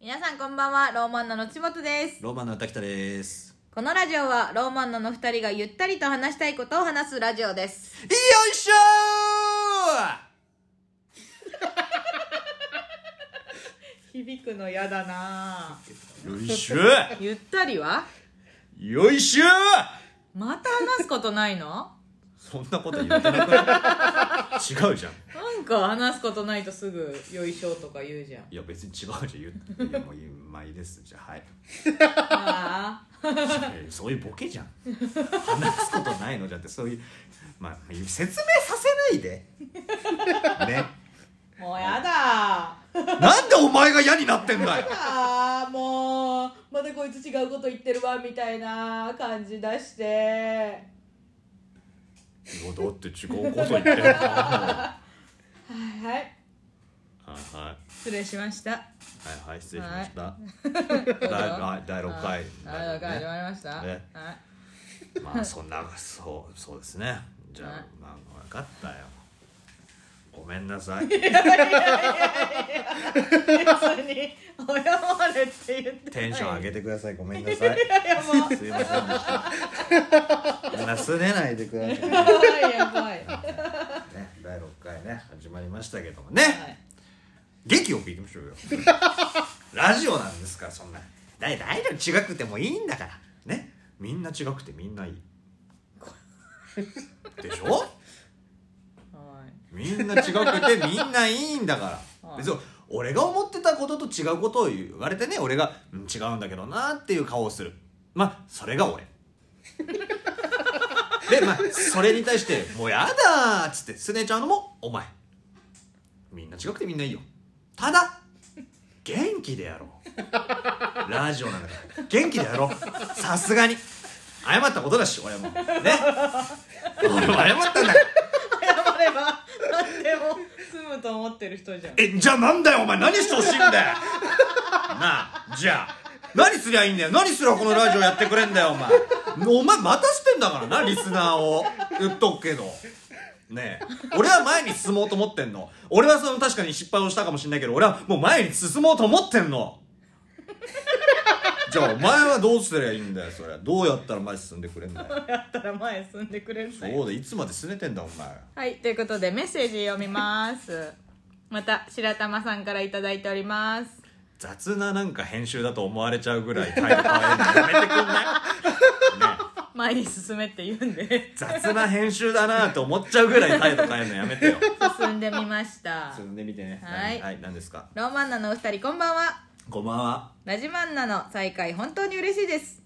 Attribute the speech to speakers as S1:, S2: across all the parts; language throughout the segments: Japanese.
S1: 皆さんこんばんはローマンナのちもとです
S2: ローマンの歌北です。
S1: このラジオはローマンナの2人がゆったりと話したいことを話すラジオです
S2: よいしょ
S1: 響くのやだな
S2: ーよいしょ
S1: ゆったりは
S2: よいしょ
S1: また話すことないの
S2: そんなこと言ってなくない違うじゃん。
S1: なんか話すことないとすぐ「よいしょ」とか言うじゃん
S2: いや別に違うじゃん。言ういやもう今いいです。じゃあはい。
S1: あ
S2: えそういうボケじゃん。話すことないのじゃってそういう、まあ、説明させないで。ね。
S1: あもうやだ
S2: なんでお前が嫌になってんだよ。
S1: あーもうまたこいつ違うこと言ってるわみたいな感じ出して
S2: いやだって違うこと言ってるから。
S1: はいはい
S2: はいはい。
S1: 失礼しました
S2: はいはい、失礼しました。 第第六回。
S1: 第6回始まりました、
S2: ね
S1: はい
S2: まあそんなそうそうですねじゃあ
S1: はい
S2: まあ分かったよごめんなさい
S1: 別に謝れって言って
S2: テンション上げてくださいごめんなさい
S1: いやもう
S2: すいませんでしたなすれないでくださいね
S1: やばいやばい、は
S2: 第6回ね始まりましたけどもね、
S1: い、
S2: 劇を聞いてみましょうよラジオなんですからそんなだいだいだい違くてもいいんだからねみんな違くてみんないい でしょ
S1: はい
S2: みんな違くてみんないいんだか
S1: は
S2: ら
S1: い
S2: 別に俺が思ってたことと違うことを言われてね俺がうん違うんだけどなっていう顔をするまあそれが俺でまあそれに対して「もうやだ」っつってすねちゃうのもお前みんな違くてみんないいよただ元気でやろうラジオなんだから元気でやろうさすがに謝ったことだし俺もね俺も謝ったん
S1: 謝
S2: だから
S1: れば何でも済むと思ってる人じゃん
S2: えじゃあなんだよお前何してほしいんだよ なあじゃあ何すりゃいいんだよ何すりゃこのラジオやってくれんだよお前お前待たしてんだからなリスナーを言っとくけどねえ俺は前に進もうと思ってんの俺はその確かに失敗をしたかもしれないけど俺はもう前に進もうと思ってんのじゃあお前はどうすりゃいいんだよそれどうやったら前に進んでくれんだよ
S1: やったら前進んでくれるんだよ
S2: そうでいつまで拗ねてんだお前
S1: はい、ということでメッセージ読みます。また白玉さんからいただいております。
S2: 雑ななんか編集だと思われちゃうぐらい態度変えるのやめてくんない
S1: 前に進めって言うんで
S2: 雑な編集だなって思っちゃうぐらい態度変えるのやめ てよ
S1: 進んでみま した。
S2: 進んでみてね
S1: はい
S2: はい、何ですか
S1: ローマンナのお二人こんばんは。
S2: こんばんは
S1: ラジマンナの再会本当に嬉しいです。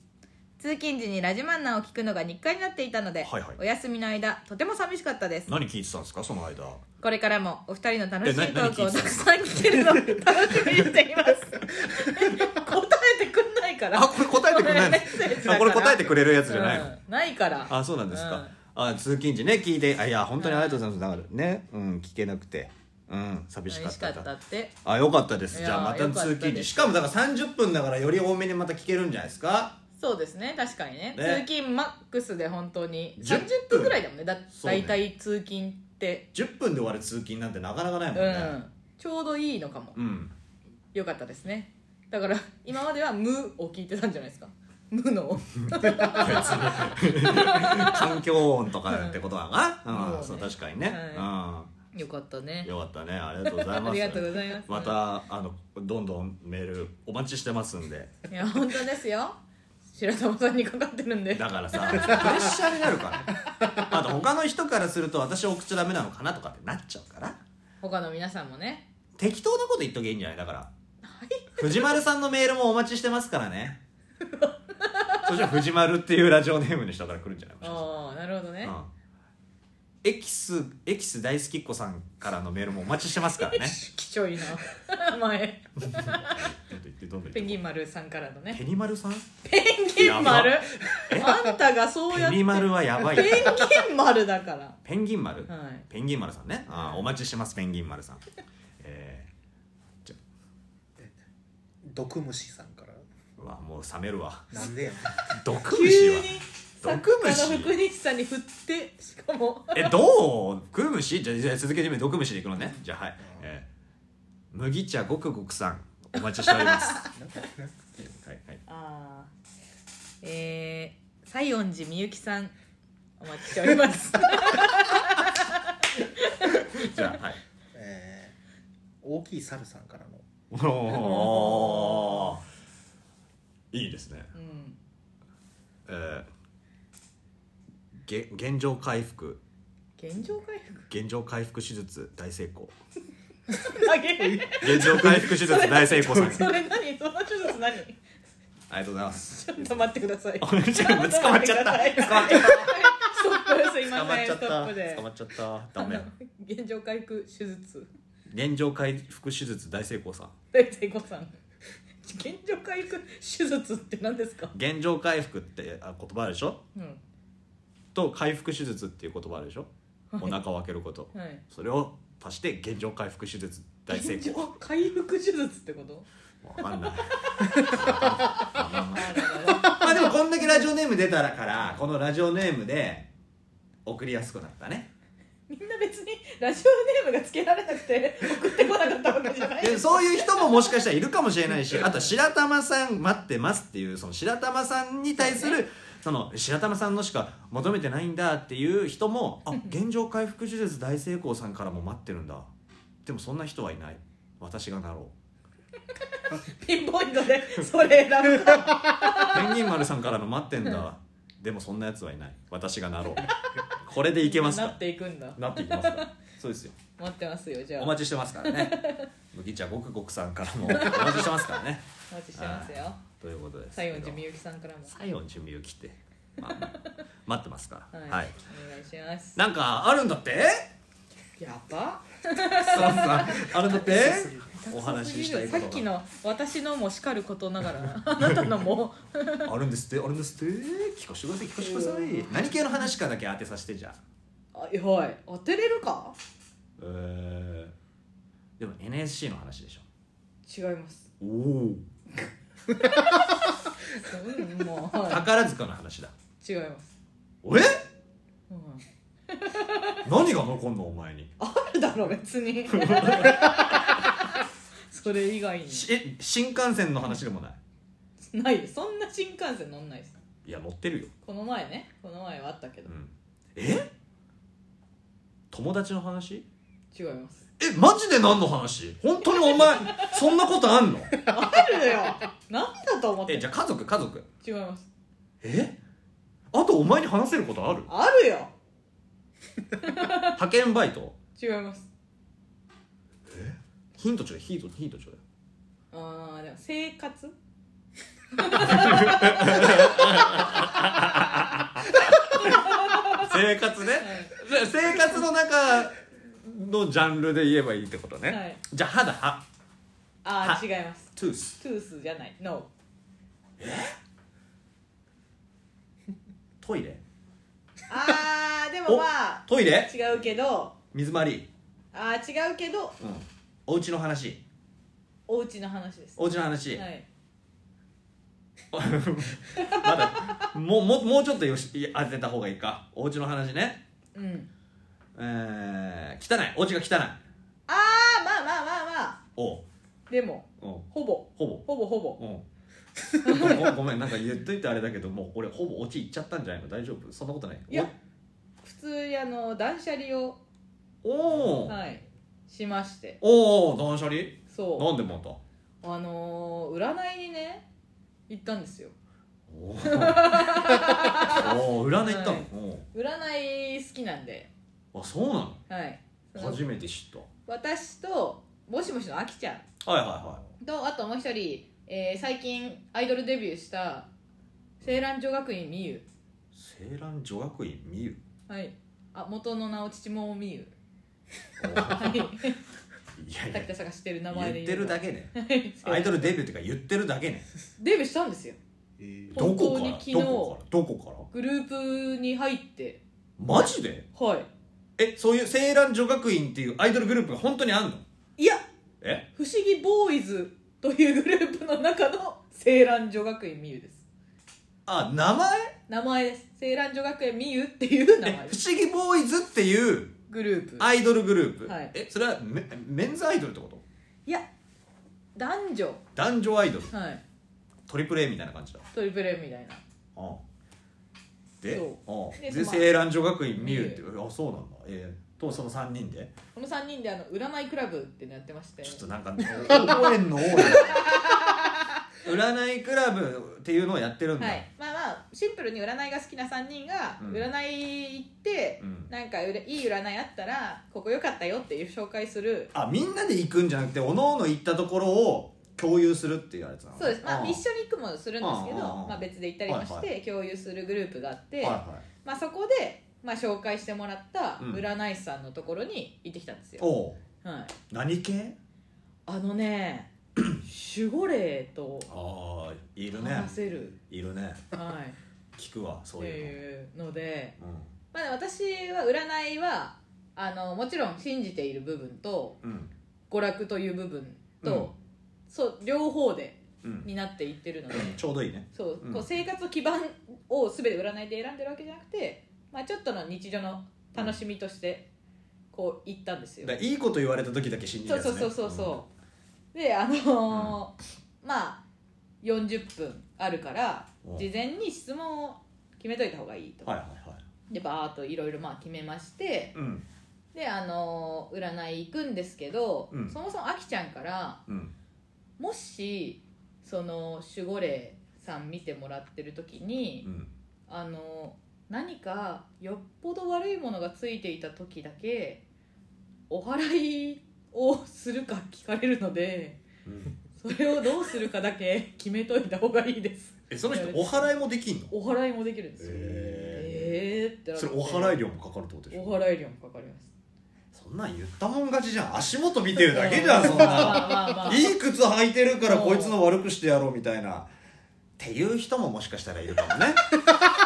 S1: 通勤時にラジマンナを聞くのが日課になっていたので、
S2: はいはい
S1: お休みの間とても寂しかったです。
S2: 何聞いてたんですかその間
S1: これからもお二人の楽しい
S2: え
S1: ト
S2: な
S1: ー
S2: 何
S1: クを
S2: 聞いて
S1: た
S2: た
S1: くさん聞けるのを 楽しみにしています。答えてくんないから。
S2: あこれ答えてくれ ないの
S1: これメッセージだから
S2: あこれ答えてくれるやつじゃないの、
S1: うんないから。
S2: あそうなんです
S1: う
S2: か
S1: ん、
S2: あ通勤時ね聞いてあいや本当にありがとうございますだからねうん聞けなくてうん寂しか
S1: 寂
S2: っ
S1: しか
S2: た
S1: ったって
S2: あよかったです
S1: い
S2: じ
S1: や
S2: ゃあまた
S1: よかったで
S2: 通
S1: す
S2: 勤時しかもだから30分だからより多めにまた聞けるんじゃないですか
S1: そうですね確かにね
S2: ね
S1: 通勤マックスで本当に
S2: 10
S1: 30分ぐらいだもんねだ
S2: そう
S1: 大
S2: ね
S1: 体、通勤って
S2: 10分で終わる通勤なんてなかなかないも
S1: う
S2: んね
S1: んちょうどいいのかも、
S2: うん
S1: よかったですねだから今までは「無」を聞いてたんじゃないですか「無」の
S2: 環境音とかってことだな、うん
S1: うん
S2: そう確かにね、
S1: よかった
S2: うん、
S1: ね
S2: よかったねありがとうございます
S1: ありがとうございます
S2: またあのどんどんメールお待ちしてますんで
S1: いや本当ですよ白玉さんにかかってるんで
S2: だからさプレッシャーになるからあと他の人からすると私お口ダメなのかなとかってなっちゃうから
S1: 他の皆さんもね
S2: 適当なこと言っとけばいいんじゃないだから藤丸さんのメールもお待ちしてますからねそしたら藤丸っていうラジオネームの人から来るんじゃないもしかして
S1: ああなるほどね、
S2: うんエキスエキス大好きっ子さんからのメールもお待ちしてますからね
S1: 貴重いな前
S2: どんどん言ってどんどん
S1: ペ
S2: 言
S1: ン
S2: っ
S1: ギ
S2: て
S1: ン丸さんからのね
S2: ペニマルさん
S1: ペンギン丸
S2: や
S1: あんたがそうや
S2: ペ
S1: って
S2: ニマルはやばいよ
S1: ペンギン丸だから
S2: ペンギン丸、
S1: はい
S2: ペンギン丸さんねあーお待ちしてますペンギン丸さ んえ
S3: 毒虫さんから
S2: ー、うわもう冷める わ
S3: なんでや ねん
S2: 毒虫
S1: 急
S2: は
S1: に作家の福西さんに振ってしかも
S2: えどう毒虫じゃあじゃあ続けてみる毒虫でいくのねじゃあはい、えー麦茶ごくごくさんお待ちしてお ります。は
S3: なんかなんか
S2: いはい。
S1: ああえー、西園寺みゆきさんお待ちしております
S2: じゃあ はい。
S3: えー大きい猿さんからの
S2: おお。いいですね。
S1: うん
S2: えー、げ現状回復
S1: 現状回復
S2: 現状回復手術大成功。
S1: あげ
S2: 現状回復手術大成功 さん。あり
S1: それ何その手術何
S2: がとうございます。
S1: ちょっと待ってください
S2: あちょっと捕まっちゃった。
S1: 捕まっちゃったストップすいませんストップで
S2: 捕まっちゃった。ダメ。
S1: 現状回復手術
S2: 現状回復手術大成功さん。
S1: 大成功さん現状回復手術って何ですか
S2: 現状回復ってあ言葉あるでしょ
S1: うん
S2: と回復手術っていう言葉あるでしょ
S1: はい
S2: お腹を開けること
S1: はい
S2: それを足して現状回復手術大成
S1: 現
S2: 功
S1: 状回復手術って こと
S2: わかんない
S1: あ
S2: ま
S1: ららら
S2: あでもこんだけラジオネーム出たからこのラジオネームで送りやすくなったね
S1: みんな別にラジオネームが付けられなくて送ってこなかったわけじゃない
S2: でそういう人ももしかしたらいるかもしれないしあと白玉さん待ってますっていうその白玉さんに対するその白玉さんのしか求めてないんだっていう人もあ現状回復手術大成功さんからも待ってるんだでもそんな人はいない私がなろう
S1: ピンポイントでそれ選ぶか
S2: ペンギン丸さんからの待ってんだでもそんなやつはいない私がなろうこれでいけます
S1: な
S2: か
S1: っていくんだ
S2: なっていきますかそうですよ
S1: 待ってますよじゃあ
S2: お待ちしてますからね 麦茶ごくごくさんからもお待ちしてますから ね
S1: お待ちしてますよ
S2: ということです
S1: 西園寺みゆきさんからも
S2: 西園寺みゆきって、まあ、待ってますからはい、
S1: はいお願いします
S2: なんかあるんだって
S1: やば
S2: スラさんあるんだ って
S3: すぎる
S2: お話ししたい
S1: さ
S2: こ
S1: っき
S2: とが
S1: の私のも叱ることながらあなたのも
S2: あるんですってあるんですって聞かせてください聞かせてください何系の話かだけ当てさせてじゃあ
S1: あはい当てれるか
S2: えー、でも NSC の話でしょ
S1: 違います
S2: おお
S1: うんもう、は
S2: 宝塚の話だ
S1: い、違います、
S2: え
S1: うん、
S2: 何が残んのお前に
S1: あるだろ別 にそれ以外に
S2: しえ新幹線の話でもない
S1: ないよそんな新幹線乗んないです
S2: いや乗ってるよ、
S1: この前ねこの前はあったけど
S2: うん、え友達の話
S1: 違います
S2: えマジで何の話本当にお前そんなことあんの
S1: あるよ何だと思って
S2: え
S1: ん
S2: じゃあ家族家族
S1: 違います
S2: えあとお前に話せることある
S1: あるよ
S2: 派遣バイト
S1: 違います
S2: ヒントちょうだいヒントヒントちょうだい
S1: あーでも生活
S2: 生活ねじゃあ生活の中のジャンルで言えばいいってことね、
S1: はい
S2: じゃあ歯だ歯
S1: あ
S2: は
S1: ー違います
S2: トゥース
S1: トゥースじゃない NO
S2: トイレ
S1: あーでもまあ
S2: トイレ
S1: 違うけど
S2: 水回り
S1: あー違うけど
S2: うんお家の話
S1: お家の話ですは
S2: お家の話、
S1: い
S2: まだもうもうもうちょっとよし当てた方がいいかお家の話ね
S1: うん
S2: えー、汚いお家が汚い
S1: あーまあまあまあまあ
S2: おう
S1: でも
S2: うん
S1: ほぼ
S2: ほぼ
S1: ほぼほぼ
S2: うん ごめんごめんなんか言っといてあれだけどもう俺ほぼ落ちいっちゃったんじゃないの大丈夫そんなことない
S1: いや普通にあの断捨離を
S2: おおー、
S1: はいしまして
S2: おお断捨離
S1: そ
S2: なんでまた
S1: うあのー、占いにね行ったんですよ
S2: おー おー占い行ったの
S1: は、い占い好きなんで
S2: おーあそうなの
S1: はいその
S2: 初めて知っ
S1: 私ともしもしのあきちゃん
S2: たはいはいは
S1: とあともう一人、えー最近アイドルデビューした青蘭女学院みゆ
S2: い青蘭女学院みゆ
S1: はいあ元の名を父もみゆ
S2: おー
S1: はい
S2: いや い
S1: 滝
S2: や
S1: 田さんが知ってる名前で
S2: 言ってるだ
S1: け
S2: けね ア
S1: ア
S2: イ
S1: イド
S2: ド
S1: ル
S2: ルデビューっていうか言ってるだけね
S1: デビューしたんですよ
S3: え
S1: ほ
S2: ど
S3: ー
S2: こか
S1: 本
S2: ら
S1: 当に昨日
S2: どこからどこ
S1: グループに入って
S2: からマジで
S1: は
S2: えそういう青蘭女学院っていうアイドルグループが本当にあんの
S1: いいや
S2: え
S1: 不思議ボーイズというグループの中の青蘭女学院みゆです
S2: あ名前
S1: 名前です青蘭女学園みゆっていう名前
S2: え
S1: で
S2: 不
S1: す
S2: 思議ボーイズっていう
S1: グループ
S2: アイドルグループ、
S1: はい
S2: えそれはメメンズアイドルってこと
S1: いや男女
S2: 男女アイドル
S1: はい
S2: トリプル A みたいな感じだ
S1: トリプル A みたいな
S2: うんで
S1: そう
S2: うん
S1: で
S2: で
S1: まあ
S2: 青蘭女学院見るってあそうなんだえーとその3人で
S1: この3人であの占いクラブっていうのやってまして
S2: ちょっとなんか覚えんの多い な占いクラブっていうのをやってるんだ、
S1: はい、まあまあシンプルに占いが好きな3人が
S2: うん
S1: 占い行って、
S2: うん
S1: なんかうれいい占いあったらここ良かったよっていう紹介する
S2: あみんなで行くんじゃなくておのおの行ったところを共有するっていうやつなのね
S1: そうです、まあ、
S2: ん
S1: 一緒に行くもするんですけど
S2: うんうんうん
S1: まあ、別で行ったりもして、
S2: はい
S1: 共有するグループがあって、
S2: はいはい
S1: まあ、そこで、まあ、紹介してもらった
S2: うん
S1: 占い師さんのところに行ってきたんですよ、
S2: おう
S1: はい、
S2: 何系
S1: あのね守護霊と
S2: ああいるね
S1: 話せる、
S2: いるね
S1: はい、
S2: 聞くわ
S1: っ
S2: そう
S1: て
S2: いう
S1: いうので。
S2: の、
S1: まあ、私は占いはあのもちろん信じている部分と
S2: うんうん
S1: 娯楽という部分と、
S2: うん
S1: そう両方で
S2: うん
S1: になっていってるので
S2: ちょうどいいね
S1: そう、
S2: うん
S1: こう生活基盤を全て占いで選んでるわけじゃなくて、まあ、ちょっとの日常の楽しみとしてこう行ったんですよ
S2: だ。からいいこと言われた時だけ信じる
S1: そ
S2: や
S1: う
S2: つ
S1: そ
S2: ね
S1: うそうそうそうであのーまあ40分あるから
S2: うん
S1: 事前に質問を決めといた方がいいと、
S2: はいはいはい
S1: でバーっといろいろまあ決めまして、
S2: うん
S1: であの占い行くんですけど、
S2: うん
S1: そもそもあきちゃんから
S2: うん
S1: もしその守護霊さん見てもらってる時に、
S2: うん
S1: あの何かよっぽど悪いものがついていた時だけお祓いをするか聞かれるので
S2: うん
S1: それをどうするかだけ 決めといた方がいいです
S2: えその人お祓いもできんの
S1: お祓いもできるんですよ
S2: へ
S1: えーってなって
S2: それお祓い料もかかるってことでしょ
S1: お祓い料もかかります
S2: そんなん言ったもん勝ちじゃん足元見てるだけじ ゃんそんな
S1: まあまあまあ
S2: いい靴履いてるから
S1: そう
S2: こいつの悪くしてやろうみたいなっていう人ももしかしたらいるかも ね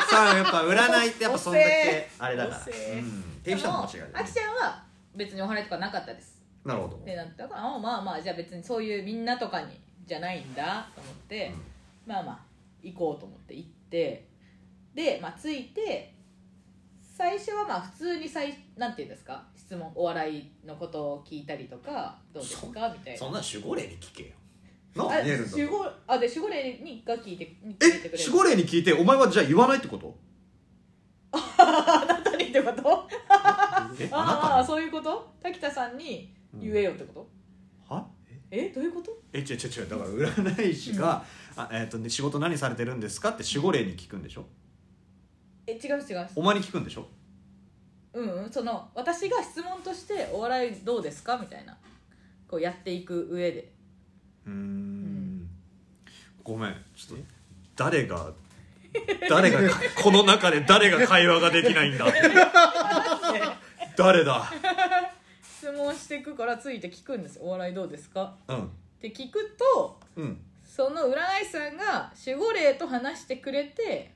S2: さあやっぱ占いってやっぱそんだけあれだから、
S1: おせえ
S2: うん、っていう人も間違い
S1: でも
S2: ない
S1: あきちゃんは別にお祓いとかなかったです
S2: なるほど
S1: でなったからあまあまあじゃあ別にそういうみんなとかにじゃないんだと思って、まあまあ行こうと思って行ってで、まあ、着いて最初はまあ普通に最なんていうんですか質問お笑いのことを聞いたりとかどうですかみたいな
S2: そんな守護霊に聞けよな
S1: あ
S2: んで見えるんだ
S1: 守護あで守護霊にが聞いてに聞いて
S2: え
S1: くれる
S2: 守護霊に聞いてお前はじゃあ言わないってこと
S1: あなたにってこと
S2: え
S1: ああ
S2: あな
S1: そういうこと滝田さんに
S2: たに
S1: 言えよってこと、
S2: うんは
S1: えどういうこと
S2: え違う違う違うだから占い師が、あえーとね、仕事何されてるんですかって守護霊に聞くんでしょ
S1: え違います違います
S2: お前に聞くんでしょ
S1: うんうんその私が質問として「お笑いどうですか?」みたいなこうやっていく上で
S2: うーんごめんちょっと誰が誰が この中で誰が会話ができないん だ誰だ
S1: 質問していくからついて聞くんですよ「お笑いどうですか?
S2: うん」
S1: って聞くと
S2: うん
S1: その占い師さんが守護霊と話してくれて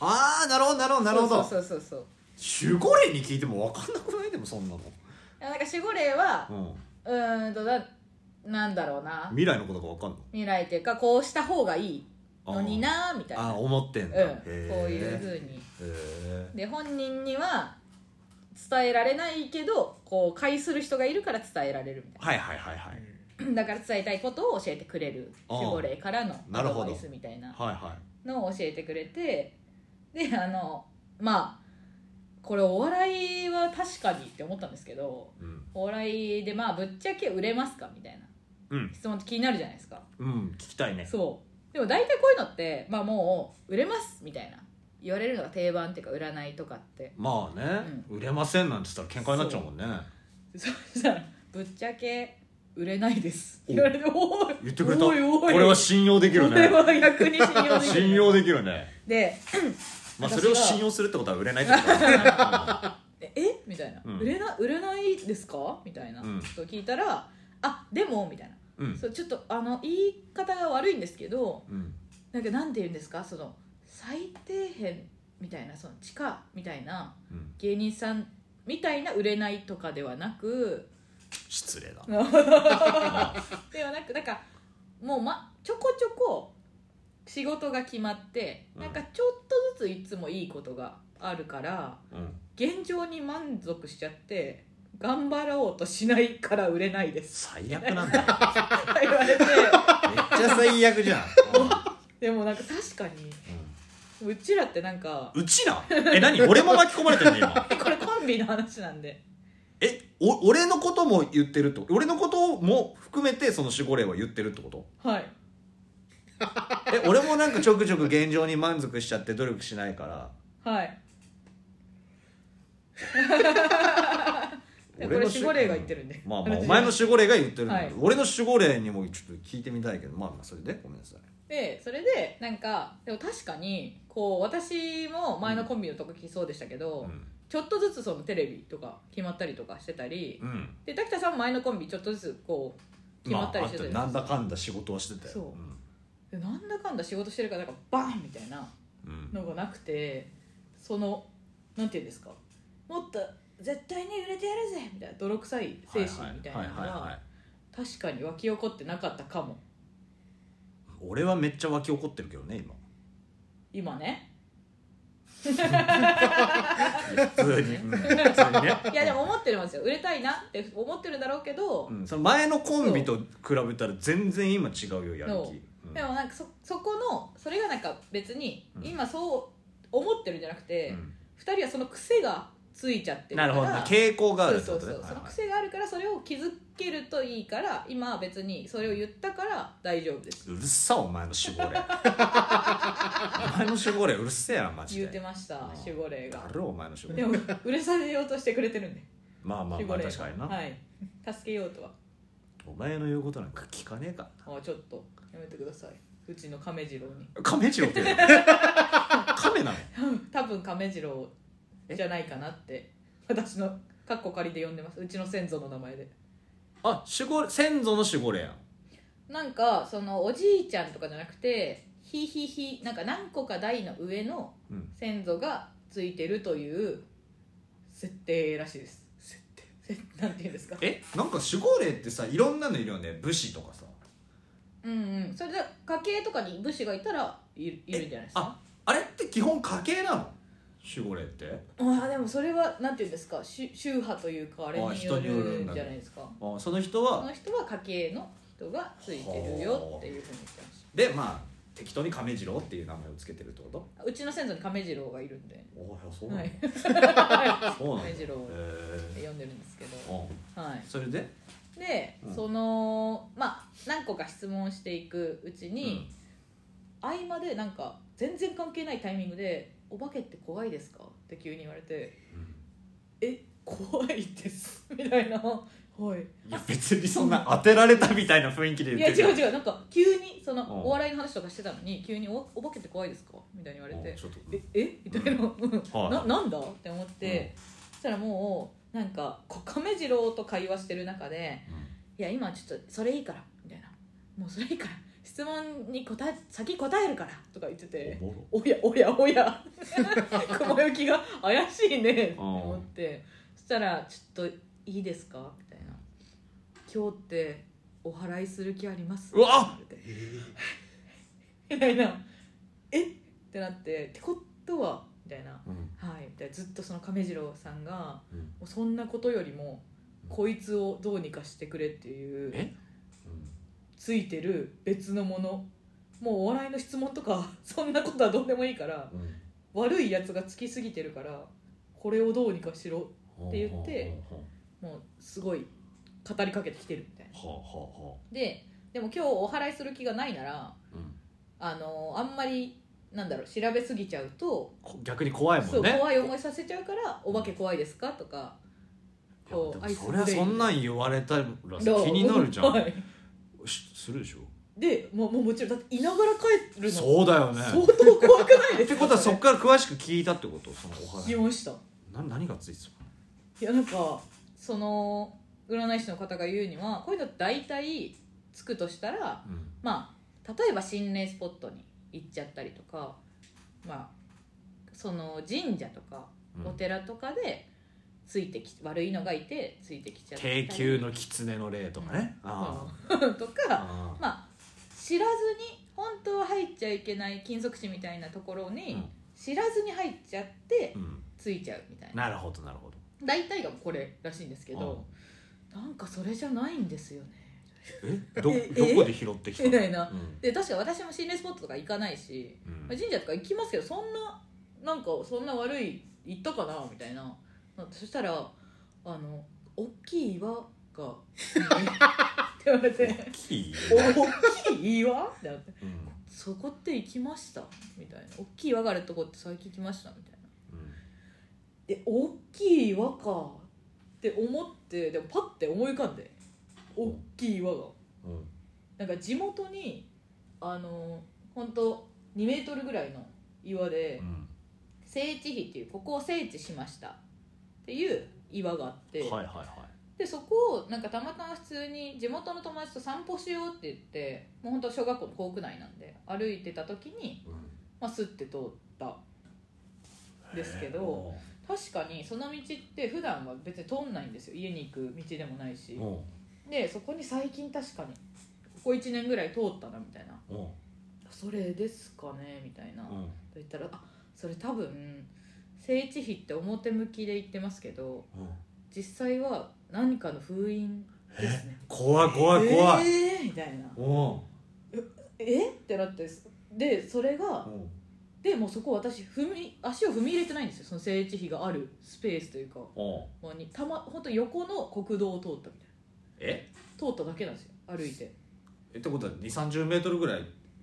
S2: ああなるほどなるほどなるほど
S1: そうそうそうそう
S2: 守護霊に聞いても分かんなくないでもそんなの、
S1: いやなんか守護霊は
S2: うん、
S1: うーんとだなんだろうな
S2: 未来のことが分かんの
S1: 未来っていうかこうした方がいいのになみたい
S2: あ
S1: なう
S2: ー
S1: んこ
S2: 思ってん
S1: う
S2: だ、へえ
S1: いうふ
S2: へ
S1: うに
S2: え
S1: で本人には伝えられないけどこう介する人がいるから伝えられるみたいな
S2: はいはいはいは い
S1: だから伝えたいことを教えてくれる
S2: ああ
S1: 守護霊からの
S2: な
S1: ア
S2: る
S1: ド
S2: ほど
S1: バイスみたいな
S2: はいは
S1: のを教えてくれてであのまあこれお笑いは確かにって思ったんですけど
S2: いうん、
S1: お笑いでまあぶっちゃけ売れますかみたいな
S2: うん
S1: 質問って気になるじゃないですか
S2: うん、聞きたいね
S1: そうでも大体こういうのってまあもう売れますみたいな言われるのが定番っていうか占いとかって
S2: まあね、売れませんなんて言ったら喧嘩になっちゃうもんね
S1: そしたら「ぶっちゃけ売れないです」
S2: お
S1: 言われて「おい
S2: 言ってくれた
S1: おいおい
S2: これは信用できる
S1: これ
S2: ね
S1: は逆に信用できる
S2: 信用できるね
S1: で
S2: まあ
S1: 私が
S2: それを信用するってことは売れないってことだね
S1: ええみたいな、
S2: うん
S1: 売れな売れないですかみたいな、
S2: うん
S1: と聞いたらあでもみたいな、
S2: うん
S1: そうちょっとあの言い方が悪いんですけど
S2: うん
S1: なんかなんて言うんですかその最底辺みたいなその地下みたいな
S2: うん
S1: 芸人さんみたいな売れないとかではな く
S2: 失礼だ
S1: ではなくなんかもう、ま、ちょこちょこ仕事が決まって
S2: うん
S1: なんかちょっとずついつもいいことがあるから
S2: うん
S1: 現状に満足しちゃって頑張ろうとしないから売れない です
S2: 最悪なんだよ
S1: って
S2: めっ
S1: 言われて
S2: ちゃ最悪じゃん、
S1: でもなんか確かにうちらってなんか
S2: うんうちなえ何俺も巻き込まれてんね今
S1: これコンビの話なんで
S2: えお俺のことも言ってるってこと俺のことも含めてその守護霊は言ってるってこと
S1: はい
S2: え俺もなんかちょくちょく現状に満足しちゃって努力しないから
S1: はいこ
S2: 俺の
S1: れ守護霊が言ってるんで
S2: まあまあお前の守護霊が言ってるんだけど、
S1: はい
S2: 俺の守護霊にもちょっと聞いてみたいけどまあまあそれでごめんなさい
S1: でそれでなんかでも確かにこう私も前のコンビの時そうでしたけど、
S2: うん
S1: ちょっとずつそのテレビとか決まったりとかしてたり、
S2: うん
S1: で滝田さんも前のコンビちょっとずつこう決まったりしてた
S2: あ
S1: り、
S2: あとなんだかんだ仕事はしてたよ
S1: そうでなんだかんだ仕事してるからなんかバンみたいな
S2: うんうん
S1: のがなくてそのなんていうんですかもっと絶対に売れてやるぜみたいな泥臭い精神みたいなの
S2: はいはいはいは
S1: が
S2: い
S1: 確かに湧き起こってなかったかも
S2: 俺はめっちゃ湧き起こってるけどね今
S1: 今ね
S2: 普通に、うん、普通にね
S1: いやでも思ってるんですよ売れたいなって思ってるんだろうけど、
S2: うん、その前のコンビと比べたら全然今違うよやる
S1: そ
S2: 気、うん、
S1: でもなんかそそこのそれがなんか別に
S2: うん
S1: 今そう思ってるんじゃなくて、
S2: うん
S1: 二人はその癖がついちゃってるか
S2: な
S1: ら
S2: るほどね傾向があるって
S1: そ
S2: こ
S1: う
S2: と
S1: そう
S2: ね
S1: そう、
S2: はい
S1: その
S2: はい
S1: 癖があるからそれを気づけるといいから今は別にそれを言ったから大丈夫です
S2: うるさお前の守護霊 お前の守護霊うるせえなマジで
S1: 言うてました
S2: うん
S1: 守護霊が
S2: だろお前の守護
S1: で
S2: 霊
S1: も売れさせようとしてくれてるんで
S2: まあまあ
S1: 守
S2: ま
S1: 護
S2: あ
S1: 霊
S2: 確かにな、
S1: はい助けようとは
S2: お前の言うことなんか聞かねえか
S1: あちょっとやめてくださいうちの亀次郎に
S2: ら亀次郎って言うの亀なの
S1: 多分亀次郎じゃないかなって私のカッコ仮で呼んでますうちの先祖の名前で
S2: あ守護先祖の守護霊やん
S1: なんかそのおじいちゃんとかじゃなくてひひひなんか何個か代の上の
S2: うん
S1: 先祖がついてるという設定らしいです設定なんて言うんですか
S2: えなんか守護霊ってさいろんなのいるよね武士とかさ
S1: うんうんそれで家系とかに武士がいたらいるいるんじゃないですか
S2: ああれって基本家系なの守護霊って
S1: ああでもそれはなんて言うんですかし宗派というかあれ
S2: あ
S1: によ
S2: 人による
S1: る
S2: んだ
S1: んじゃないですか
S2: あその人
S1: そ
S2: は
S1: の人は家系の人がついてるよっていうふうに言ってまし
S2: でまあ適当に亀次郎っていう名前をつけてるってこと
S1: たうちの先祖に亀次郎がいるんで
S2: おおそうな
S1: は
S2: の、
S1: い 亀次郎っ
S2: そうなんだへ
S1: て
S2: え
S1: 呼んでるんですけど
S2: あ
S1: はい
S2: それで
S1: で、
S2: うん
S1: そのまあ何個か質問していくうちに、合間でなんか全然関係ないタイミングで「お化けって怖いですか?」って急に言われて「え怖いです」 みたいな「はい」
S2: いや別にそんな当てられたみたいな雰囲気で
S1: いや
S2: 言って
S1: 違う違
S2: う
S1: うなんか急にそ
S2: ん
S1: のお笑いの話とかしてたのに急にお「お化けって怖いですか?」みたいに言われて
S2: ちょっと
S1: ええみたいな、
S2: はい
S1: ななんだって思って、そしたらもうなんかこう亀次郎と会話してる中で「いや今ちょっとそれいいから」みたいな「もうそれいいから質問に答え先答えるから」とか言ってて
S2: おもろ
S1: 「おやおやおや 雲行きが怪しいね」って思ってそしたら「ちょっといいですか?」みたいな「今日ってお祓いする気あります?」
S2: うわ
S1: って言われて みたいな「えっ?」てなって「ってことは?」みたいな
S2: うん
S1: 「はい」みたいなずっとその亀次郎さんが
S2: うん
S1: もうそんなことよりもこいつをどうにかしてくれっていう
S2: え
S1: ついてる別のものもうお笑いの質問とかそんなことはどうでもいいから
S2: うん
S1: 悪いやつがつきすぎてるからこれをどうにかしろって言って
S2: は
S1: もうすごい語りかけてきてるみたいな
S2: あはあは
S1: ででも今日お祓いする気がないなら
S2: あうん
S1: あのあんまりなんだろう調べすぎちゃうと
S2: こ逆に怖いも
S1: そ
S2: ん
S1: う
S2: ね
S1: 怖い思いさせちゃうから「お化け怖いですか?」とか
S2: いや
S1: こう
S2: でもそりゃそんなん言われたら
S1: 「どう
S2: 気になるじゃ
S1: は
S2: ん
S1: い
S2: しするでしょ
S1: でもうもうもちろんだっていながら帰るの
S2: そうだよね
S1: 相当怖くないですか
S2: ってことはそっから詳しく聞いたってことそのお
S1: 聞き
S2: 話
S1: ました
S2: な何がついてたの
S1: いやなんかその占い師の方が言うにはこういうの大体つくとしたら
S2: うん
S1: まあ例えば心霊スポットに行っちゃったりとかまあその神社とか
S2: うん
S1: お寺とかでついてき悪いのがいてついてきちゃったり
S2: 低級の狐の霊とかね、あ
S1: うん と
S2: あ
S1: か
S2: あ
S1: まあ知らずに本当は入っちゃいけない金属地みたいなところに
S2: うん
S1: 知らずに入っちゃって
S2: あうん
S1: ついちゃうみたいな
S2: なるほどなるほど
S1: 大体がこれらしいんですけど、なんかそれじゃないんですよね
S2: えどど
S1: え
S2: こで拾ってきた
S1: み
S2: の
S1: たいな
S2: うん
S1: で確か私も心霊スポットとか行かないし、
S2: うん
S1: まあ神社とか行きますけどそんななんかそんな悪い行ったかなみたいななそしたらあの大きい岩がって言われて
S2: 大きい
S1: 「
S2: よね
S1: 大きい岩?」ってなって
S2: うん
S1: 「そこって行きました」みたいな「大きい岩があるとこって最近行きました」みたいな
S2: うん
S1: 「え大きい岩か」って思ってでもパッて思い浮かんで大きい岩が。
S2: うん
S1: なんか地元にあの本当2メートルぐらいの岩で
S2: うん
S1: 聖地碑っていうここを聖地しましたっていう岩があって、
S2: はいはいは
S1: でそこをなんかたまたま普通に地元の友達と散歩しようって言ってもう本当小学校の校区内なんで歩いてた時に、
S2: いうん
S1: まあ、スッて通ったですけど確かにその道って普段は別に通んないんですよ家に行く道でもないし
S2: うんうん
S1: でそこに最近確かにここ1年ぐらい通ったなみたいな
S2: うん
S1: それですかねみたいな、
S2: う
S1: と
S2: ん
S1: 言ったらあそれ多分聖地碑って表向きで言ってますけど
S2: うん
S1: 実際は何かの封印ですね
S2: 怖い怖い怖い
S1: えー、みたいな
S2: うん
S1: えってなってでそれが
S2: うん
S1: でもうそこ私踏み足を踏み入れてないんですよその聖地碑があるスペースというか
S2: うん
S1: まあにたま本当横の国道を通ったみたい
S2: え
S1: な通っただけなんですよ歩いて
S2: えってことは2 3 0メートルぐらい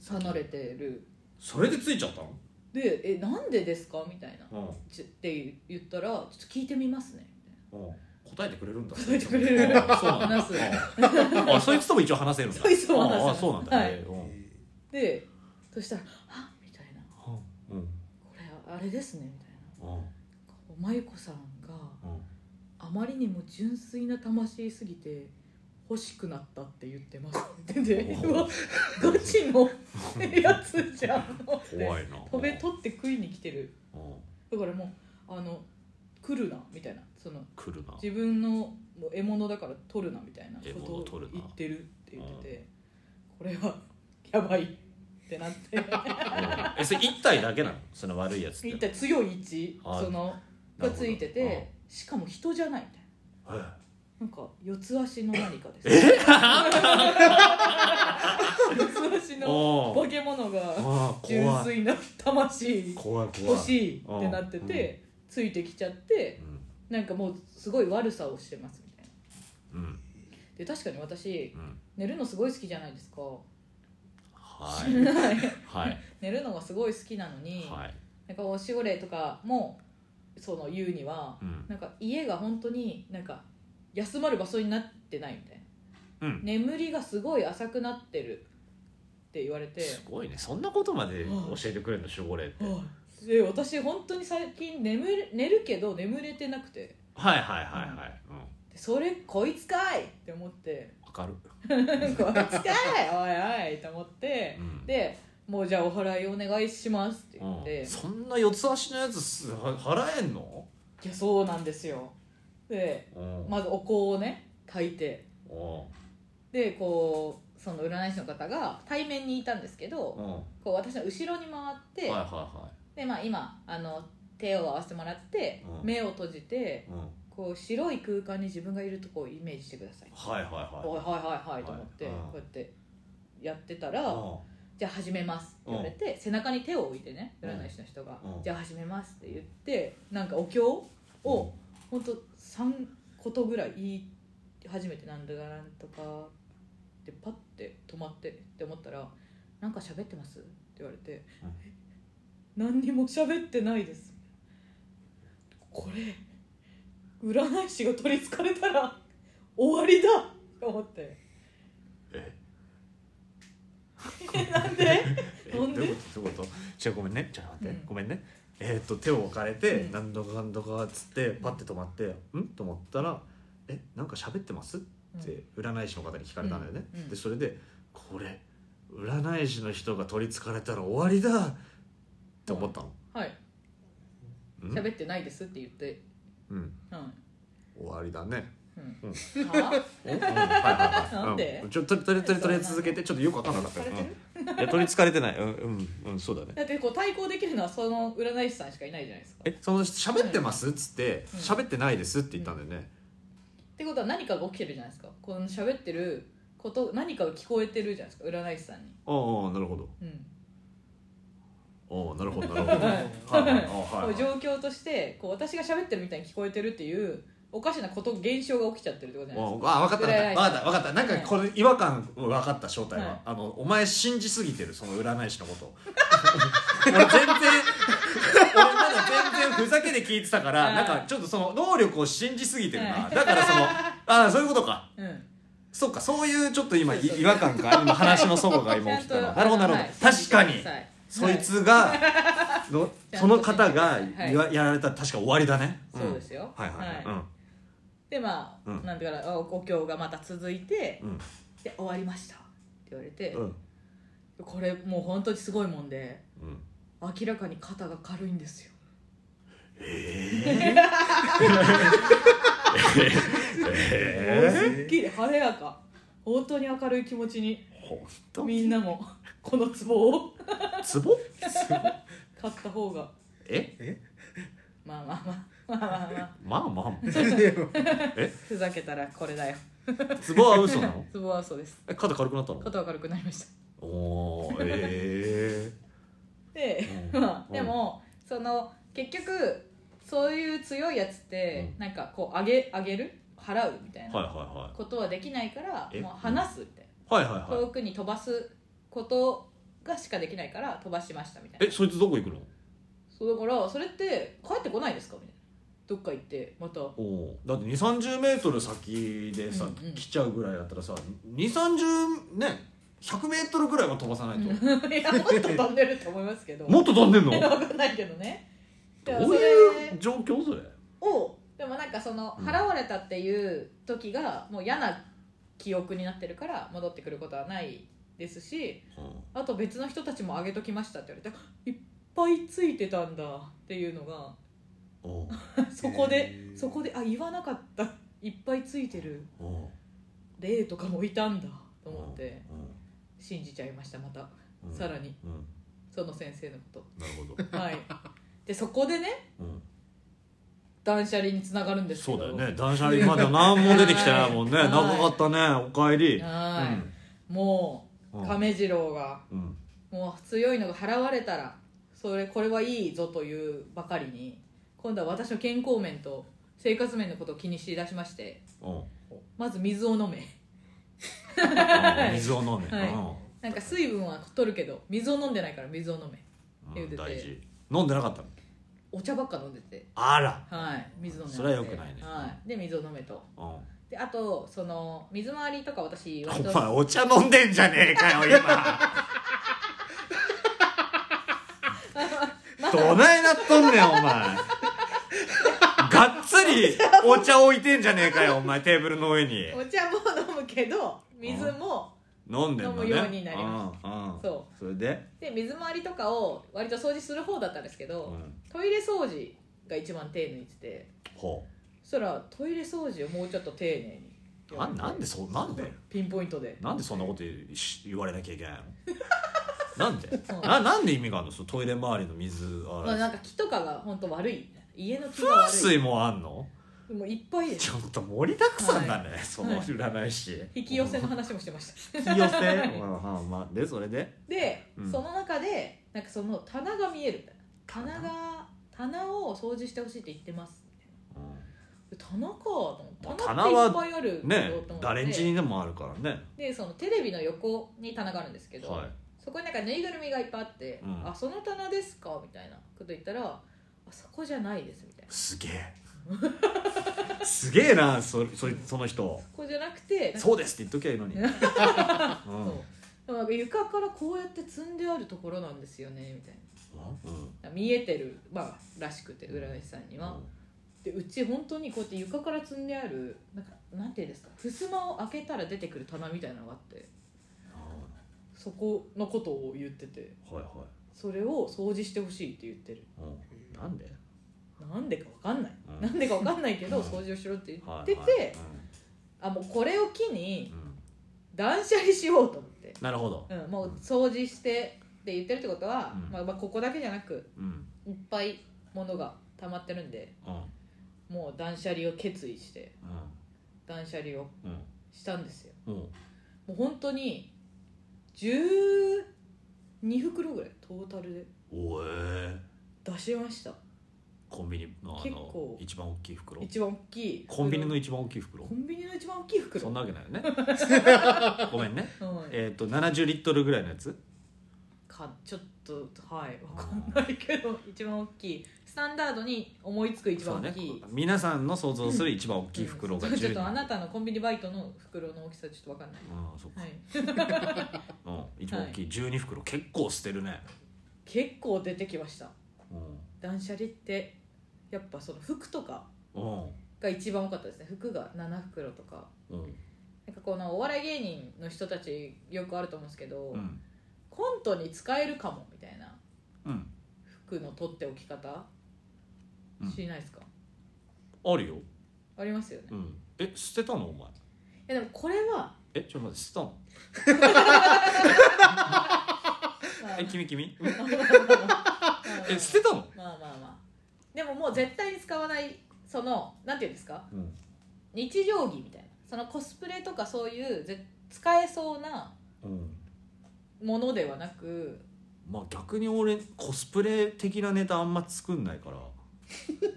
S1: 離れてる
S2: それでついちゃったの
S1: で「えなんでですか?」みたいな
S2: うん
S1: ちって言ったら「ちょっと聞いてみますね」みたいな
S2: うん答えてくれるんだ
S1: 答えてくれる
S2: あ そうなんだ
S1: 話す
S2: ああそいつとも一応話せるんだ
S1: そいつとも話せる
S2: ああそうなんだ
S1: はい
S2: ねうん
S1: でそしたら「あみたいな
S2: うん
S1: 「これあれですね」みたいな
S2: うん
S1: こう真由子さんが
S2: うん
S1: あまりにも純粋な魂すぎて欲しくなったって言ってますってで
S2: おう
S1: うわガチの やつじゃん
S2: 怖いな
S1: 飛べ取って食いに来てる
S2: うん
S1: だからもうあの来るなみたいなその
S2: 来るな
S1: 自分のもう獲物だから取るなみたいな
S2: 獲
S1: こと
S2: 物
S1: を
S2: 取るな
S1: 言ってるって言ってて、これはやばいってなって
S2: うんえそれ1体だけなのその悪いやつって
S1: 一体強い位置
S2: あ
S1: その
S2: な
S1: が
S2: るほど
S1: ついててしかも人じゃないみたい
S2: うん
S1: ななんか四つ足の何かです
S2: え
S1: 四つ足 の
S2: お
S1: 化け物が
S2: ああ
S1: 純
S2: 怖い
S1: 粋な魂
S2: 怖い怖
S1: 欲
S2: い
S1: しいってなっててついてきちゃっ
S2: う
S1: て
S2: ん
S1: なんかもうすごい悪さをしてますみたいな
S2: うん
S1: で確かに私
S2: うん
S1: 寝るのすごい好きじゃないですか
S2: はい
S1: はい
S2: はい
S1: 寝るのがすごい好きなのに、
S2: はい
S1: なんかおしごれとかもその言うには、
S2: うん
S1: なんか家が本当になんか休まる場所になってないみたいな
S2: うん
S1: 眠りがすごい浅くなってるって言われて
S2: すごいねそんなことまで教えてくれるの守護霊って
S1: はあで私本当に最近眠れ寝るけど眠れてなくて
S2: はいはいはいはいうん
S1: でそれこいつかいって思って
S2: わかる
S1: 「こいつかいおいおい」と思って
S2: うん
S1: でもうじゃあお払いお願いしますって言って、
S2: うんそんな四つ足のやつすは払えんの
S1: いやそうなんですよで
S2: うん
S1: まずお香をね炊いて
S2: うん
S1: でこうその占い師の方が対面にいたんですけど、
S2: うんは
S1: こう私の後ろに回っ
S2: い
S1: て、
S2: はいは
S1: でまあ、今あの手を合わせてもらって、
S2: うん
S1: 目を閉じて
S2: いうん
S1: こう白い空間に自分がいるとこをイメージしてください、
S2: はいはい
S1: おい
S2: は
S1: はいはいはいと思って、
S2: はいうん
S1: こうやってやってたら、
S2: いうん
S1: じゃあ始めますって言われて、背中に手を置いてね占い師の人が、
S2: うん
S1: じゃあ始めますって言ってなんかお経を、本当三ことぐらい言い始めてなんとかなんとかでパッて止まってって思ったら「なんか喋ってます?」って言われて「
S2: うん
S1: え何にも喋ってないです」これ占い師が取りつかれたら終わりだと思って
S2: え
S1: え なんで
S2: え
S1: なんで
S2: どういうことどういうことちょごめんねちょっと待って、
S1: うん
S2: ごめんねえーっと手を置かれて、
S1: うん
S2: 何度か何度かっつってパッて止まってうんと思ったら「えなんか喋ってます?」って占い師の方に聞かれたんだよね、
S1: うんうん
S2: でそれで「これ占い師の人が取りつかれたら終わりだ!」って思ったの、
S1: はい
S2: うん
S1: 喋ってないですって言って
S2: うん
S1: うん
S2: 終わりだ ね
S1: うん
S2: うん
S1: は
S2: おうんはいはいはい
S1: なんで
S2: うんちょっととりとりとりとり続けてちょっとよくわかんなかったよ
S1: 疲れてる
S2: うんいや取りつかれてないうんうん、うん、そうだね
S1: だってこう対抗できるのはその占い師さんしかいないじゃないですか
S2: えその喋ってますっつって
S1: うん
S2: 喋ってないですって言ったんだよね、
S1: ってことは何かが起きてるじゃないですかこの喋ってること何かが聞こえてるじゃないですか占い師さんに
S2: ああなるほど
S1: うん
S2: ああなるほどなるほど
S1: はい
S2: はいはい あ
S1: こ
S2: は
S1: う
S2: い
S1: 状況としてこう私が喋ってるみたいに聞こえてるっていうおかしなこと現象が起きちゃってるってことじゃないですか
S2: ああ分かった分かった分かった分かったなんか
S1: はい
S2: これ違和感分かった正体は、
S1: はい
S2: あのお前信じすぎてるその占い師のこと 俺全然俺まだ全然ふざけて聞いてたから、
S1: はい
S2: なんかちょっとその能力を信じすぎてるな、
S1: は
S2: だからそのああそういうことか
S1: うん
S2: そっかそういうちょっと今い
S1: そうそう
S2: 違和感か今話の齟齬が今起きたのなるほどなるほど、確かに、そいつがの
S1: ちゃんと
S2: その方が
S1: はい
S2: 言わやられたら確か終わりだねん
S1: そうですよ
S2: はいはいはい、
S1: はいでまあ、
S2: うん
S1: なんていうかなおお経がまた続いて
S2: うん
S1: 「で終わりました」って言われて、
S2: うん
S1: これもう本当にすごいもんで
S2: うん
S1: 明らかに肩が軽いんですよ
S2: え
S1: すっきり晴れやか本当に明るい気持ちに
S2: ー、ほんと
S1: みんなもこの壺を
S2: ツボ
S1: 買った方が
S2: え
S3: え
S1: まあまあまあまあまあまあ
S2: まあまあ
S1: ふざけたらこれだよ
S2: ツボは嘘なの
S1: 壺はそうです
S2: え肩軽くなったの
S1: 肩は軽くなりました
S2: おーえ
S1: で
S2: うん
S1: まあでもその結局そういう強いやつって、なんかこうあげあげる払うみたい
S2: ー、はい
S1: な
S2: は
S1: ことはできないから、
S2: え
S1: もう話すみたい
S2: いはいはいは
S1: な、
S2: いはい
S1: 遠くに飛ばすことがしかできないから飛ばしましたみたいな
S2: えそいつどこ行くの
S1: そうだからそれって帰ってこないですかみたいなどっか行ってまた
S2: おーだって2 3 0ル先でさ、
S1: うんうん
S2: 来ちゃうぐらいだったらさ2 3 0ね1 0 0ルぐらいは飛ばさないと、
S1: いやもっと飛んでると思いますけど
S2: もっと飛んでんの
S1: 分かんないけどねでも
S2: どう
S1: それ
S2: いう状況それ
S1: をでもなんかその
S2: うん
S1: 払われたっていう時がもう嫌な記憶になってるから戻ってくることはないですしあと別の人たちもあげときましたって言われてあいっぱいついてたんだっていうのが
S2: おー
S1: そこで
S3: へー
S1: そこであ言わなかったいっぱいついてる
S2: おー
S1: 霊とかもいたんだと思って
S2: う
S1: 信じちゃいましたまた
S2: んうん
S1: さらに
S2: うん
S1: その先生のこ
S2: なるほど、
S1: とはいでそこでね
S2: うん
S1: 断捨離につながるんですけ
S2: そ
S1: ど
S2: うだよね断捨離まで何も出てきてないもん ね
S1: はい
S2: 長かったねおかえり
S1: はい、も
S2: うん
S1: う亀次郎が
S2: うん
S1: もう強いのが払われたらそれこれはいいぞというばかりに今度は私の健康面と生活面のことを気にしだしまして
S2: うんうん
S1: まず水を飲め
S2: 水を飲め
S1: はい
S2: うん
S1: なんか水分は取るけど水を飲んでないから水を飲め
S2: う
S1: 言うんてて
S2: 大事飲んでなかったの
S1: お茶ばっか飲んでて
S2: あら
S1: はい水飲んでて
S2: それは良くないね
S1: はい、で水を飲めと
S2: うんお
S1: であとその水回りとか私割と
S2: 前お茶飲んでんじゃねえ かよ今どないなっとんねんお前がっつ りお茶置いてんじゃねえかよお前テーブルの上に
S1: お茶も飲むけど水も
S2: 飲んでんのね
S1: 飲むようになりま
S2: したうん
S1: そう
S2: それで
S1: で水回りとかを割と掃除する方だったんですけど、
S2: うん
S1: トイレ掃除が一番丁寧にしてて
S2: ほ
S1: そしたらトイレ掃除をもうちょっと丁寧に
S2: うななんでそうなんで
S1: ピンポイントで
S2: なんでそんなこと言うし言われなきゃいけないのなんで
S1: そう
S2: ななんで意味があるのそのトイレ周りの水
S1: まあ、
S2: 洗
S1: ないんか木とかが本当悪い家の木が
S2: 風
S1: 悪
S2: 水もあんの
S1: いもういっぱいです
S2: ちょっと盛りだくさんだね、その
S1: はい
S2: 占い師、
S1: 引き寄せの話もしてました
S2: 引き寄せ、まあまあ、でそれで
S1: で、
S2: うん
S1: その中でなんかその棚が見えるみたいな棚が棚を掃除してほしいって言ってますみたいな棚かと思って
S2: まあ
S1: 棚っていっぱいあるけど
S2: ね
S1: と思って
S2: 誰んちにでもあるからね
S1: でそのテレビの横に棚があるんですけど、
S2: はい
S1: そこになんかぬいぐるみがいっぱいあって「
S2: うん
S1: あその棚ですか?」みたいなこと言ったら「あそこじゃないです」みたいな「
S2: すげえすげえなそそその人
S1: そこじゃなくてなんか
S2: そうですって言っときゃいいのに、うん、
S1: そうなんか床からこうやって積んであるところなんですよね」みたい
S2: うん
S1: な見えてる、まあ、らしくて占い師さんには、でうち本当にこうやって床から積んであるなんかなんていうんですか襖を開けたら出てくる棚みたいなのがあってそこのことを言ってて
S2: はいは
S1: それを掃除してほしいって言ってる
S2: い、うん、なんで
S1: なんでかわかんない、
S2: うん
S1: なんでかわかんないけど、
S2: うん
S1: 掃除をしろって言
S2: は
S1: っ
S2: い
S1: てて、
S2: はい
S1: あもうこれを機に
S2: うん
S1: 断捨離しようと思って、って、
S2: なるほど
S1: うん、もう掃除してって言ってるってことは、
S2: うん
S1: まあまあ、ここだけじゃなく
S2: うん
S1: いっぱい物が溜まってるんで
S2: うん
S1: もう断捨離を決意して断捨離を
S2: うん
S1: したんですよ
S2: うんうん
S1: もう本当に12袋ぐらいトータルで
S2: おえ
S1: 出しました
S2: コンビニのあ
S1: 結
S2: の
S1: 構
S2: 一番大きい袋
S1: 一番大きい
S2: コンビニの一番大きい袋
S1: コンビニの一番大きい袋
S2: そんなわけないよねごめんね
S1: うん
S2: えっ、と70リットルぐらいのやつ
S1: かちょっとはいわかんないけど一番大きいスタンダードに思いつく一番大きい、
S2: そうね皆さんの想像する一番大きい袋が
S1: うんちょ
S2: 10
S1: っとあなたのコンビニバイトの袋の大きさちょっとわかんない、
S2: うんそっか
S1: はい、
S2: うん一番大きい12袋結構捨てるね
S1: 結構出てきました
S2: うん
S1: 断捨離ってやっぱその服とか
S2: うん
S1: が一番多かったですね服が7袋とか
S2: うん
S1: なんかこのお笑い芸人の人たちよくあると思うんですけど、
S2: うん
S1: コントに使えるかもみたいな
S2: うん
S1: 服の取っておき方、
S2: うん
S1: 知りないですか
S2: あるよ、
S1: ありますよね、
S2: う
S1: い
S2: ん、え捨てたのお前
S1: やでもこれ は、
S2: えちょっと待って捨てたの
S1: まあ
S2: え君君
S1: まあまあまあ
S2: え捨てたの
S1: まあまあまあでももう絶対に使わないそのなんていうんですか
S2: うん
S1: 日常着みたいなそのコスプレとかそういうぜ使えそうな
S2: うん
S1: ものではなく、
S2: まあ逆に俺コスプレ的なネタあんま作んないから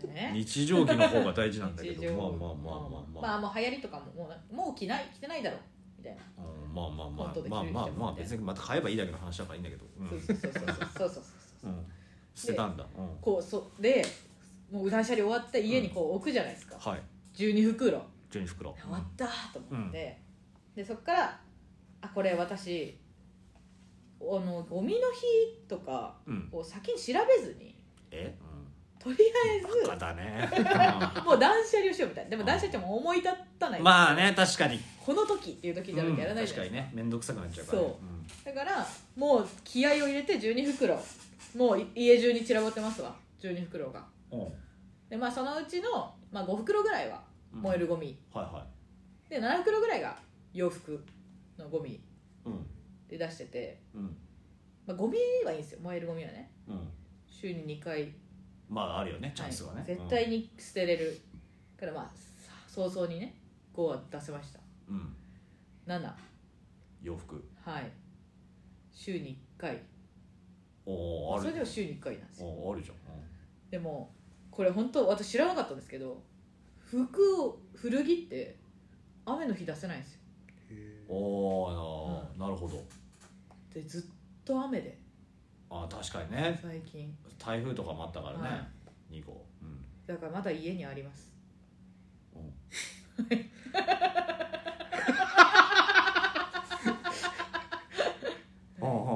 S1: ね、
S2: 日常着の方が大事なんだけ
S1: 日
S2: ど
S1: 常
S2: まあまあまあまあまあ
S1: まあもう流行りとかももうなもう着ない着てないだろうみたいな、
S2: うんまあまあま
S1: コント
S2: あ
S1: で
S2: まあ
S1: 着る人
S2: まあまあ
S1: みたいな
S2: 別にまた買えばいいだけの話だからいいんだけどうん
S1: そうそうそうそうそうそうそうそう、
S2: うん捨てたんだうん
S1: こうそうでもう断捨離終わって家にこう置くじゃないですか、
S2: はい
S1: 12袋終
S2: 12袋
S1: わったーと思って、でそっからあこれ私あのゴミの日とか
S2: うん
S1: を先に調べずに
S2: え
S1: とりあ
S2: うん
S1: え
S2: バカだ ね
S1: ずもう断捨離をしようみたいなでも断捨離ってもう思い立たな
S2: う
S1: い、
S2: んまあね確かに
S1: この時っていう時じゃなきゃやらない
S2: うん
S1: じゃ
S2: 確
S1: な
S2: か
S1: い
S2: に
S1: です
S2: ね
S1: か、
S2: 面倒くさくなっちゃうからね
S1: そうだからもう気合を入れて12袋もう家中に散らばってますわ12袋が
S2: うんうん
S1: でまあそのうちの、まあ、5袋ぐらいは燃えるゴミ、
S2: はいは
S1: で7袋ぐらいが洋服のゴミ
S2: いうん
S1: で出してて、
S2: うん
S1: まあ、ゴミはいいんですよ燃えるゴミはね
S2: うん
S1: 週に2回
S2: まああるよねチャンスはね
S1: はい絶対に捨てれる、からまあさ早々にね5は出せました
S2: うんうん
S1: 7
S2: 洋服
S1: はい週に1回
S2: おー
S1: そ
S2: あ
S1: れで
S2: る
S1: も週に1回なんですよ
S2: おーあるじゃんうん
S1: でもこれ本当私知らなかったんですけど服を古着って雨の日出せないんですよ
S3: へー
S2: おーあーなるほど
S1: でずっと雨で
S2: あー確かにね
S1: 最近
S2: 台風とかもあったからね、
S1: は
S2: 2号うん
S1: だからまだ家にあります
S2: うんうんうんうん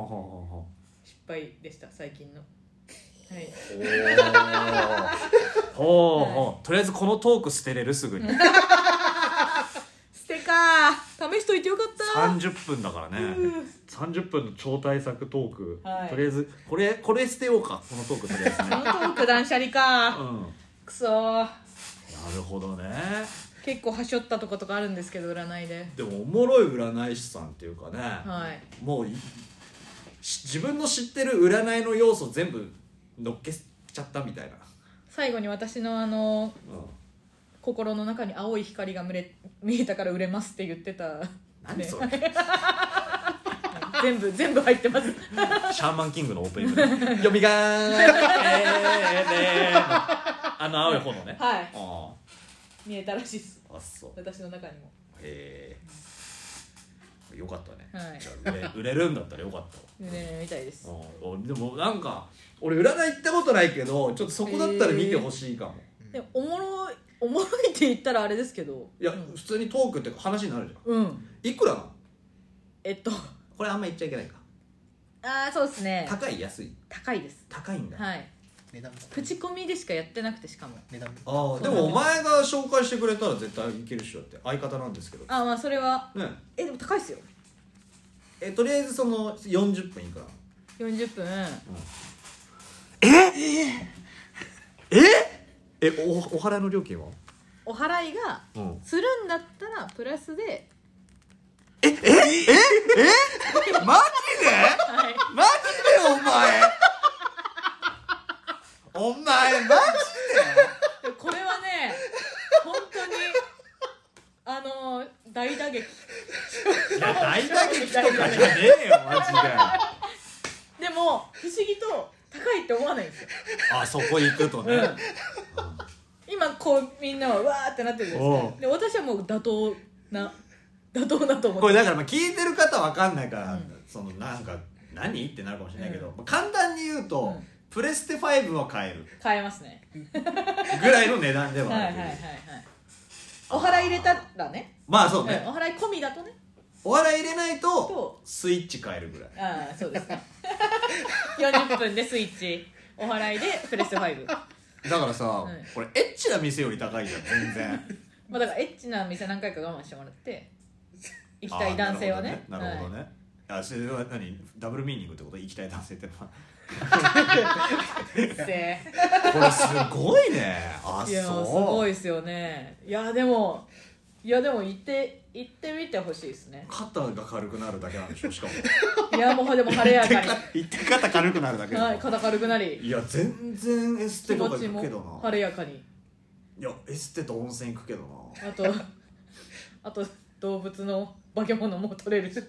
S2: うん
S1: 失敗でした最近のはい
S2: ほうほうとりあえずこのトーク捨てれるすぐに
S1: 捨てか試しといてよかった
S2: 30分だからね30分の超大作トーク、
S1: はい
S2: とりあえずこれこれ捨てようかこのトークとりあえず
S1: こ
S2: ね
S1: のトーク断捨離か
S2: うん
S1: くそー
S2: なるほどね
S1: 結構はしょったとことかあるんですけど占いで
S2: でもおもろい占い師さんっていうかね、
S1: はい
S2: もういし自分の知ってる占いの要素全部乗っけちゃったみたいな、
S1: 最後に私のあの
S2: うん
S1: 心の中に青い光がむれ見えたから売れますって言ってた
S2: 何それ、
S1: 全部全部入ってます
S2: シャーマンキングのオープニングで「よみがーんえーえー あの青い炎ね
S1: はい
S2: あ
S1: 見えたらしいです
S2: ああそう
S1: 私の中にも
S2: へえよかったね、
S1: はい
S2: じゃあ売れ売れるんだったらよかったわ
S1: ねみたいです
S2: うんでもなんか俺占い行ったことないけどちょっとそこだったら見てほしいかも、
S1: でおもろいおもろいって言ったらあれですけど
S2: いや、普通にトークっていうか話になるじゃ
S1: うん
S2: んいくらなの
S1: えっと
S2: これあんま言っちゃいけないか
S1: ああそうですね
S2: 高い安い
S1: 高いです
S2: 高いんだ、
S1: はい
S3: 値段も
S1: 口コミでしかやってなくてしかも
S3: 値段も
S2: ああでもお前が紹介してくれたら絶対いけるっしょって相方なんですけど
S1: あまあそれは
S2: ね
S1: えでも高いですよ
S2: えとりあえずその40分いくら
S1: 40分
S2: ええおお払いの料金は
S1: お払いが
S2: うん
S1: するんだったらプラスで
S2: えええええマジで
S1: はい
S2: マジでお前お前マジ
S1: でこれはね本当にあの大打撃
S2: でいや大打撃とかじゃね えよマジで
S1: でも不思議と高いって思わないんですよ、
S2: あそこ行くとね、
S1: うん今こうみんなはわーってなってるじゃないです
S2: お
S1: かで私はもう妥当な妥当だと思
S2: こ
S1: っ
S2: れ
S1: て
S2: だからまあ聞いてる方わかんないから、
S1: うん
S2: そのなんか何ってなるかもしれないけど、
S1: うん
S2: まあ簡単に言うと、
S1: うん
S2: プレステ5を買える
S1: 変えますね
S2: ぐらいの値段では
S1: はい
S2: あ
S1: は
S2: る
S1: いはいはいお払い入れたらね
S2: まあそううん
S1: お
S2: ね、
S1: 払い込みだとね
S2: お笑い入れないと
S1: そ
S2: スイッチ買えるぐらい
S1: ああそうです ね40分でスイッチお払いでプレステ5
S2: だからさ、
S1: うん
S2: これエッチな店より高いじゃん全然
S1: まあだからエッチな店何回か我慢してもら って 行きたい男性はね
S2: あーなるほどねなるほど
S1: はい
S2: ね、あそれは何ダブルミーニングってこと行きたい男性 ってのは
S1: せ
S2: これすごいねあ
S1: ーいや
S2: そう
S1: すごいですよねいやでもいやでも行って行ってみてほしいですね
S2: 肩が軽くなるだけなんでしょ しかも
S1: いやもうでも晴れやかに
S2: 行って肩軽くなるだけでしょ
S1: はい肩軽くなり
S2: いや全然エス
S1: 気
S2: テとか
S1: 持ち
S2: 行く
S1: も
S2: けどな
S1: 晴れやかに
S2: いやエステと温泉行くけどな
S1: あとあと動物の化け物も取れ るし
S2: いや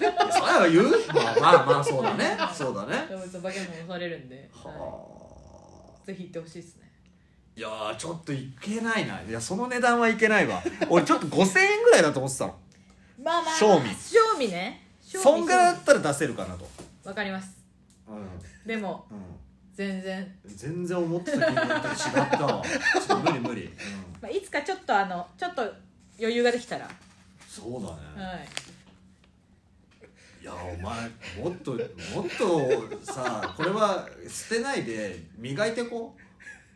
S2: それは言う まあまあまあそうだねそうだね
S1: 動物の化け物も取れるんで、は、
S2: はい
S1: ぜひ行ってほしいですね
S2: あいやーちょっといけないないやその値段はいけないわ俺ちょっと5000円ぐらいだと思ってたの
S1: まあまあ
S2: 賞味
S1: 賞味ね賞味
S2: そんぐらいだったら出せるかなと
S1: わかります
S2: うん
S1: でも
S2: う
S1: 全然、
S2: ん全然思ってた金額と違ったわちょっと無理無理、うん、
S1: まあ、いつかちょっとあのちょっと余裕ができたら、
S2: そうだね、
S1: はい
S2: いやお前もっともっとさこれは捨てないで磨いてこ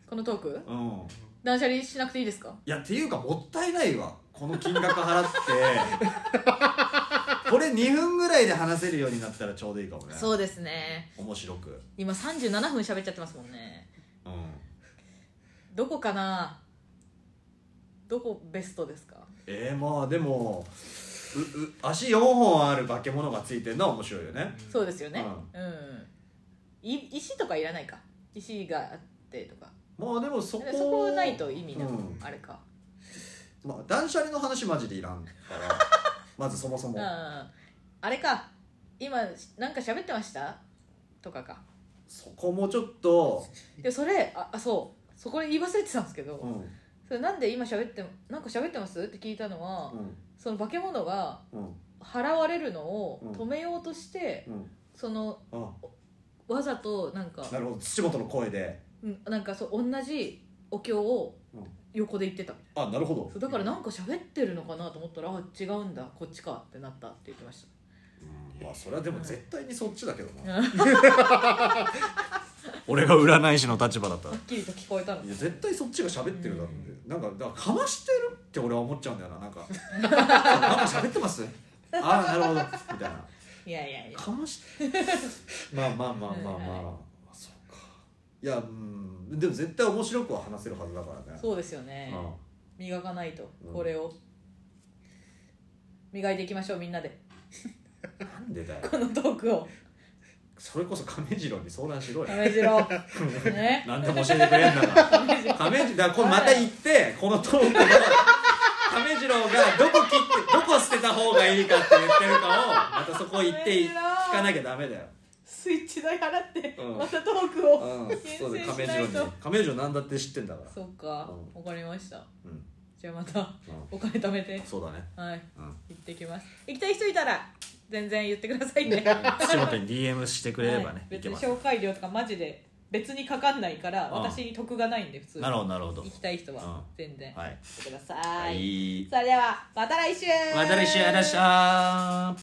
S1: このトーク
S2: ううん
S1: 断捨離しなくていいですか
S2: いやっていうかもったいないわこの金額払って これ2分ぐらいで話せるようになったらちょうどいいかもね
S1: そうですね
S2: 面白く
S1: 今37分喋っちゃってますもんね
S2: うん
S1: どこかなどこベストですか
S2: えー、まあでもうう足4本ある化け物がついてるのは面白いよね
S1: そうですよねうん、い石とかいらないか石があってとか
S2: まあでもそ
S1: そ
S2: こ
S1: こないと意味なく、
S2: うん
S1: あれか
S2: まあ、断捨離の話マジでいらんから まずそもそも
S1: うんあれか今なんか喋ってましたとかか
S2: そこもちょっと、
S1: でそれああそうそこで言い忘れてたんですけど、
S2: うんうん
S1: それなんで今喋ってなんか喋ってますって聞いたのは、その化け物が
S2: うん
S1: 払われるのを
S2: うん
S1: 止めようとして、
S2: うん
S1: その
S2: あ
S1: わざとなんか
S2: なるほど土本の声で
S1: うんなんかそう同じお経を
S2: うん
S1: 横で言ってたみたい
S2: あなるほど
S1: そうだからなんか喋ってるのかなと思ったらあ違うんだこっちかってなったって言ってまし
S2: まあそれはでも絶対にそっちだけど
S1: た
S2: な
S1: は
S2: 俺が占い師の立場だったらい
S1: っきりと聞こえたの
S2: や絶対そっちが喋ってるだろうねなんかだからかましてるって俺は思っちゃうんだよなな んかなんか喋ってますああなるほどみたいない
S1: やいやいや
S2: かましてまあまあまあまあまあ、
S1: はいは
S2: そうかいやうんでも絶対面白くは話せるはずだからね
S1: そうですよね、
S2: う
S1: 磨かないと
S2: うん
S1: これを、磨いていきましょうみんなで
S2: んなんでだよ
S1: このトークを
S2: それこそ亀次郎に相談しろよ
S1: 亀次 郎ね
S2: 何でも教えてくれんだから
S1: 亀次郎
S2: 亀次だからこれまた行ってこのトークの亀次郎がどこ切ってどこ捨てた方がいいかって言ってるかをまたそこ行っ
S1: 亀
S2: て聞
S1: 次郎
S2: かなきゃダメだよ、
S1: スイッチ代払って、
S2: うん
S1: またトークを、
S2: うん、そうだ
S1: 厳
S2: よ亀
S1: 選しない
S2: 次郎
S1: と
S2: に亀次郎なんだって知ってんだから
S1: そうか
S2: う
S1: わかりました
S2: うん、
S1: じゃあまた
S2: う
S1: お金貯めて
S2: ん、そうだね
S1: はい
S2: うん
S1: 行ってきます行きたい人いたら全然言ってくださいね
S2: 土本に DM して くれれば
S1: はい
S2: ね、い
S1: 別
S2: け
S1: に
S2: ます
S1: 紹介料とかマジで別にかかんないから
S2: うん
S1: 私に得がないんで普通に
S2: なるほどなるほど
S1: 行きたい人
S2: うん
S1: は全然
S2: はい
S1: 行ってください、
S2: はい
S1: それではまた来週
S2: また来週いらっしゃー